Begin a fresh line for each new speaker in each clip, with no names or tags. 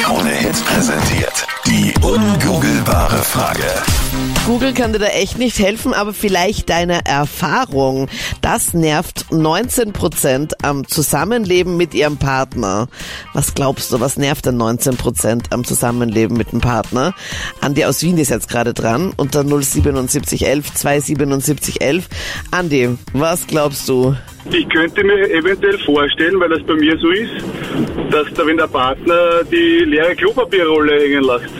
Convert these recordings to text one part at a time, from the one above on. Krone Hits präsentiert. Die ungoogelbare Frage.
Google kann dir da echt nicht helfen, aber vielleicht deine Erfahrung. Das nervt 19% am Zusammenleben mit ihrem Partner. Was glaubst du, was nervt denn 19% am Zusammenleben mit dem Partner? Andi aus Wien ist jetzt gerade dran, unter 07711 27711. Andi, was glaubst du?
Ich könnte mir eventuell vorstellen, weil das bei mir so ist, dass da, wenn der Partner die leere Klopapierrolle hängen lässt.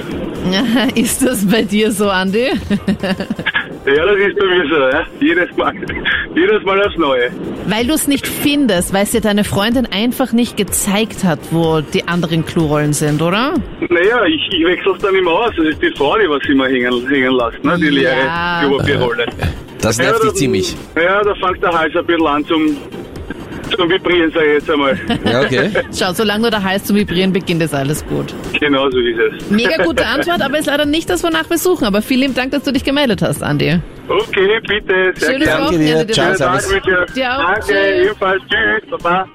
Ist das bei dir so, Andi?
Ja, das ist bei mir so, ja. Jedes Mal. Jedes Mal aufs Neue.
Weil du es nicht findest, weil es dir deine Freundin einfach nicht gezeigt hat, wo die anderen Klorollen sind, oder?
Naja, ich, ich wechsle es dann immer aus. Das ist die Frau, die was immer hängen, hängen lässt, ne? die leere
Ja.
Klopapierrolle.
Das
Ja,
nervt
da-
dich ziemlich.
Ja, da fängt der Hals ein bisschen an zum, zum Vibrieren, sag ich jetzt einmal.
Ja, okay.
Schau, solange nur der Hals zu vibrieren beginnt, ist alles gut.
genau so ist es.
Mega ah. gute Antwort, aber ist leider nicht das, wonach wir suchen. Aber vielen lieben Dank, dass du dich gemeldet hast, Andi.
Okay, bitte. Sehr
Schönes
gerne.
Danke dir.
Wochenende dir.
Ciao,
Schönen Tag
Servus.
mit dir.
Dir auch.
Danke,
Tschüss.
ebenfalls. Tschüss, Baba.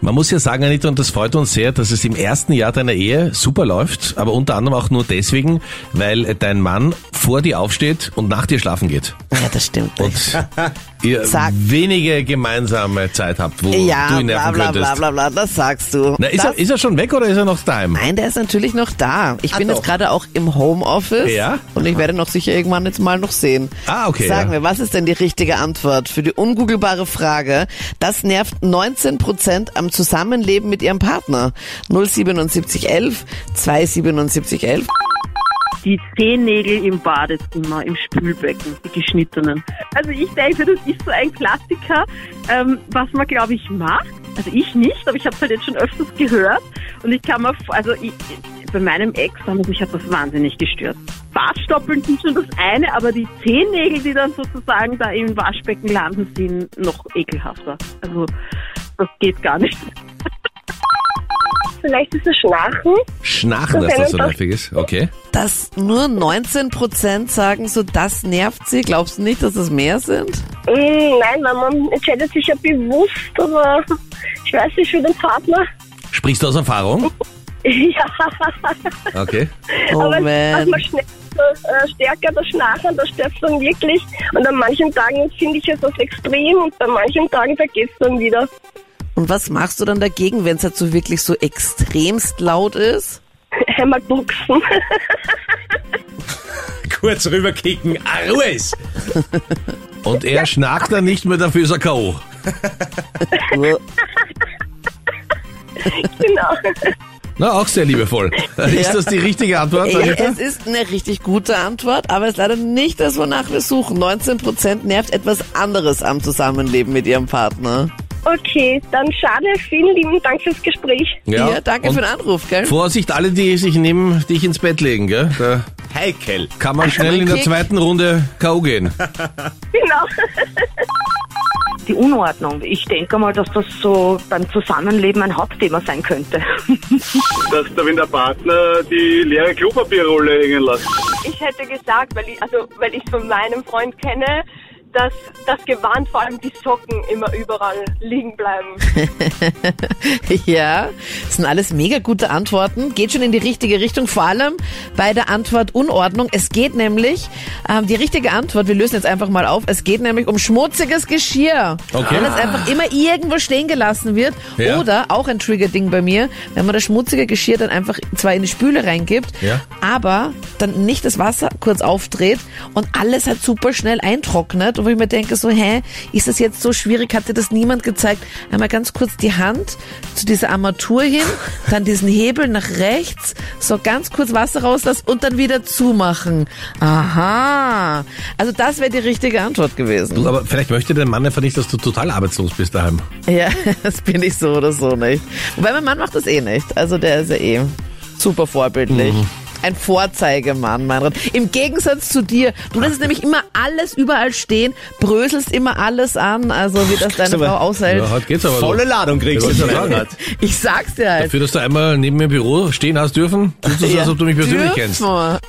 Man muss ja sagen, Anita, und das freut uns sehr, dass es im ersten Jahr deiner Ehe super läuft, aber unter anderem auch nur deswegen, weil dein Mann vor dir aufsteht und nach dir schlafen geht.
Ja, das stimmt.
Und ihr
Sag.
wenige gemeinsame Zeit habt, wo du
Ja,
ihn
bla
nerven
bla
könntest.
bla bla bla, das sagst du.
Na, ist,
das
er, ist er schon weg oder ist er noch daheim?
Nein, der ist natürlich noch da. Ich bin
doch.
jetzt gerade auch im Homeoffice
Ja?
und ich werde ihn noch sicher irgendwann jetzt mal noch sehen.
Ah, okay,
Sagen
ja.
wir, was ist denn die richtige Antwort für die ungoogelbare Frage? Das nervt 19% am Zusammenleben mit ihrem Partner. 07711 27711.
die Zehennägel im Badezimmer, im Spülbecken, die geschnittenen. Also ich denke, das ist so ein Klassiker, ähm, was man, glaube ich, macht. Also ich nicht, aber ich habe es halt jetzt schon öfters gehört. Und ich kann mir, vor- also ich, bei meinem Ex, damals, mich hat das wahnsinnig gestört. Bartstoppeln sind schon das eine, aber die Zehennägel, die dann sozusagen da im Waschbecken landen, sind noch ekelhafter. Also das geht gar nicht.
Vielleicht ist es Schnarchen.
Schnarchen, dass das so nervig ist. Okay.
Dass nur 19% sagen so, das nervt sie. Glaubst du nicht, dass es mehr sind?
Mm, nein, weil man entscheidet sich ja bewusst, aber ich weiß nicht, für den Partner.
Sprichst du aus Erfahrung?
Ja,
Okay.
Oh
aber
man.
man schnell äh, stärker das Schnarchen, das stört dann wirklich. Und an manchen Tagen finde ich es das extrem und bei manchen Tagen vergeht es dann wieder.
Und was machst du dann dagegen, wenn es halt so wirklich so extremst laut ist?
Einmal boxen.
Kurz rüberkicken. Ruhe Und er schnarcht dann nicht mehr, dafür ist er K.O.
Äh,
genau.
Na, auch sehr liebevoll. Ist das die richtige Antwort,
Ja,
Anita?
es ist eine richtig gute Antwort, aber es ist leider nicht das, wonach wir suchen. 19% nervt etwas anderes am Zusammenleben mit ihrem Partner.
Okay, dann schade. Vielen lieben Dank fürs Gespräch.
Hier, danke
und
für den Anruf, gell?
Vorsicht, alle, die sich nehmen, dich ins Bett legen, gell? Da Heikel. Kann man schnell in der
Kick.
zweiten Runde K.O. gehen.
Genau.
die Unordnung. Ich denke mal, dass das so beim Zusammenleben ein Hauptthema sein könnte.
Dass da, wenn der Partner die leere Klopapierrolle hängen lässt.
Ich hätte gesagt, weil ich also weil ich von meinem Freund kenne, dass das Gewand, vor allem die Socken, immer überall liegen bleiben.
Ja, das sind alles mega gute Antworten. Geht schon in die richtige Richtung, vor allem bei der Antwort Unordnung. Es geht nämlich, ähm, die richtige Antwort, wir lösen jetzt einfach mal auf, es geht nämlich um schmutziges Geschirr.
Okay. Ah.
Wenn es einfach immer irgendwo stehen gelassen wird.
Ja.
Oder, auch ein Trigger-Ding bei mir, wenn man das schmutzige Geschirr dann einfach zwar in die Spüle reingibt,
Ja.
aber dann nicht das Wasser kurz aufdreht und alles halt super schnell eintrocknet. Und wo ich mir denke, so, hä, ist das jetzt so schwierig? Hat dir das niemand gezeigt? Einmal ganz kurz die Hand zu dieser Armatur hin, dann diesen Hebel nach rechts, so ganz kurz Wasser rauslassen und dann wieder zumachen. Aha. Also das wäre die richtige Antwort gewesen.
Du, aber vielleicht möchte dein Mann einfach nicht, dass du total arbeitslos bist daheim.
Ja, das bin ich so oder so nicht. Wobei mein Mann macht das eh nicht. Also der ist ja eh super vorbildlich.
Mhm.
Ein Vorzeigemann, Meinrad. Im Gegensatz zu dir. Du lässt nämlich immer alles überall stehen, bröselst immer alles an, also wie das deine Frau aushält.
Ja, heute geht's aber
Volle
so.
Ladung kriegst
Ja,
du.
was soll ich sagen?
Ich sag's dir halt.
Dafür, dass du einmal neben mir im Büro stehen hast dürfen, tust du so, als ob du mich persönlich
Dürfen
kennst.
wir.